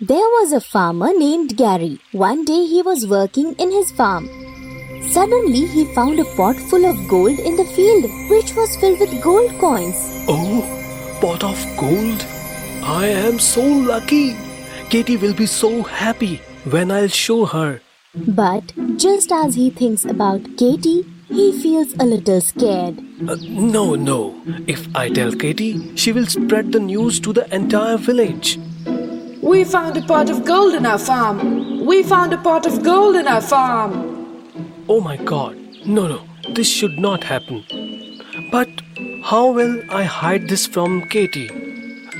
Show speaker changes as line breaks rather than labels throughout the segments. There was a farmer named Gary. One day he was working in his farm. Suddenly he found a pot full of gold in the field, which was filled with gold coins.
Oh, pot of gold! I am so lucky! Katie will be so happy when I'll show her.
But just as he thinks about Katie, he feels a little scared.
Uh, no, no. If I tell Katie, she will spread the news to the entire village.
We found a pot of gold in our farm. We found a pot of gold in our farm.
Oh my god. No, no. This should not happen. But how will I hide this from Katie?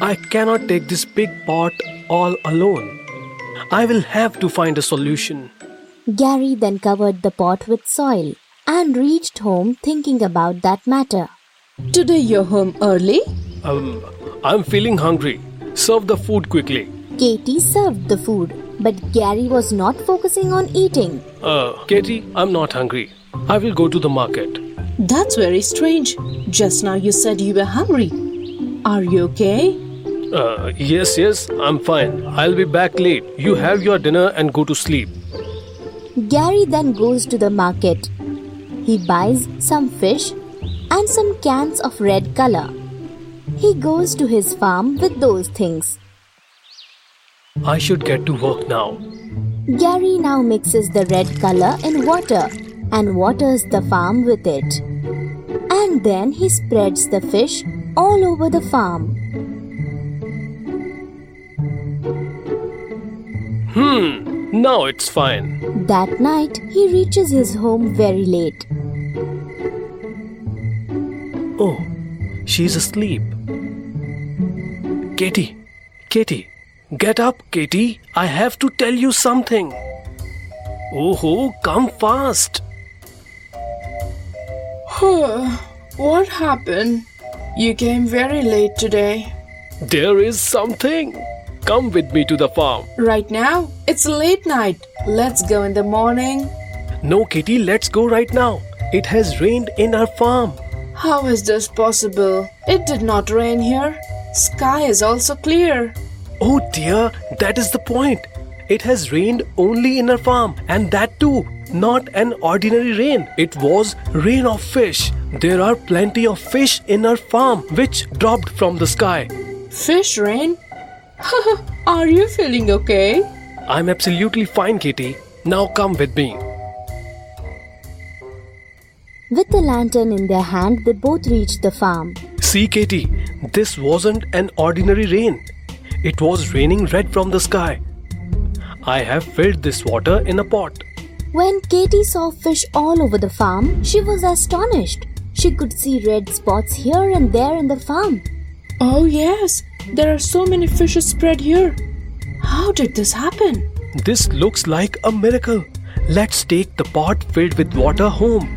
I cannot take this big pot all alone. I will have to find a solution.
Gary then covered the pot with soil and reached home thinking about that matter.
Today you're home early?
Um, I'm feeling hungry. Serve the food quickly.
Katie served the food, but Gary was not focusing on eating.
Uh, Katie, I'm not hungry. I will go to the market.
That's very strange. Just now you said you were hungry. Are you okay?
Uh, yes, yes, I'm fine. I'll be back late. You have your dinner and go to sleep.
Gary then goes to the market. He buys some fish and some cans of red color. He goes to his farm with those things.
I should get to work now.
Gary now mixes the red color in water and waters the farm with it. And then he spreads the fish all over the farm.
Hmm, now it's fine.
That night, he reaches his home very late.
Oh, she's asleep. Katie, Katie, get up, Katie. I have to tell you something. Oh, ho, come fast.
what happened? You came very late today.
There is something. Come with me to the farm.
Right now, it's a late night. Let's go in the morning.
No, Katie, let's go right now. It has rained in our farm.
How is this possible? It did not rain here. Sky is also clear.
Oh dear, that is the point. It has rained only in our farm, and that too, not an ordinary rain. It was rain of fish. There are plenty of fish in our farm which dropped from the sky.
Fish rain? Are you feeling okay?
I'm absolutely fine, Kitty. Now come with me.
With the lantern in their hand, they both reach the farm.
See, Katie, this wasn't an ordinary rain. It was raining red from the sky. I have filled this water in a pot.
When Katie saw fish all over the farm, she was astonished. She could see red spots here and there in the farm.
Oh, yes. There are so many fishes spread here. How did this happen?
This looks like a miracle. Let's take the pot filled with water home.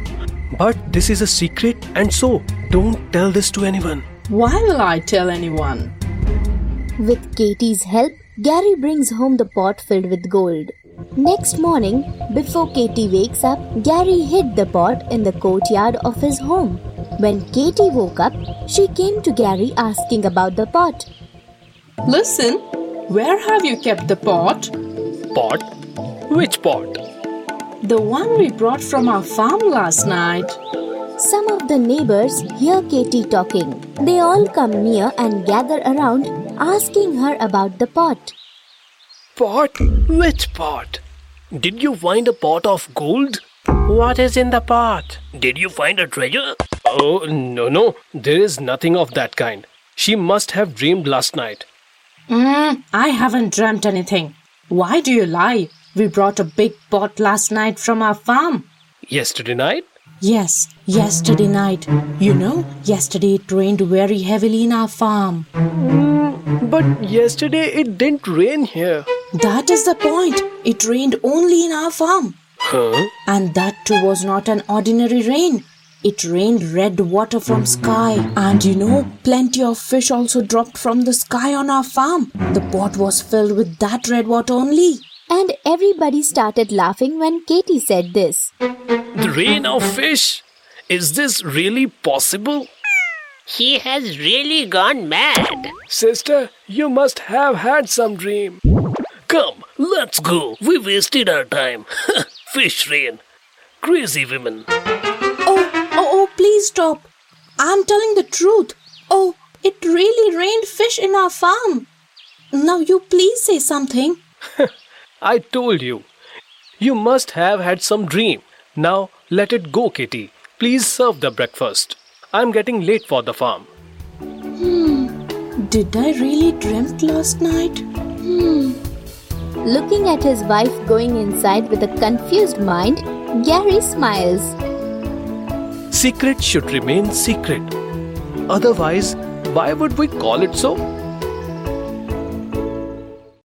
But this is a secret, and so don't tell this to anyone.
Why will I tell anyone?
With Katie's help, Gary brings home the pot filled with gold. Next morning, before Katie wakes up, Gary hid the pot in the courtyard of his home. When Katie woke up, she came to Gary asking about the pot.
Listen, where have you kept the pot?
Pot? Which pot?
The one we brought from our farm last night.
Some of the neighbors hear Katie talking. They all come near and gather around, asking her about the pot.
Pot? Which pot? Did you find a pot of gold? What is in the pot? Did you find a treasure? Oh, no, no. There is nothing of that kind. She must have dreamed last night.
Mm, I haven't dreamt anything. Why do you lie? We brought a big pot last night from our farm.
Yesterday night?
Yes, yesterday night. You know, yesterday it rained very heavily in our farm.
But yesterday it didn't rain here.
That is the point. It rained only in our farm.
Huh?
And that too was not an ordinary rain. It rained red water from sky. And you know, plenty of fish also dropped from the sky on our farm. The pot was filled with that red water only.
And everybody started laughing when Katie said this.
The rain of fish? Is this really possible?
She has really gone mad.
Sister, you must have had some dream.
Come, let's go. We wasted our time. Fish rain. Crazy women.
Oh, oh, oh, please stop. I'm telling the truth. Oh, it really rained fish in our farm. Now you please say something.
I told you. You must have had some dream. Now let it go, Kitty. Please serve the breakfast. I'm getting late for the farm.
Did I really dreamt last night?
Looking at his wife going inside with a confused mind, Gary smiles.
Secret should remain secret. Otherwise, why would we call it so?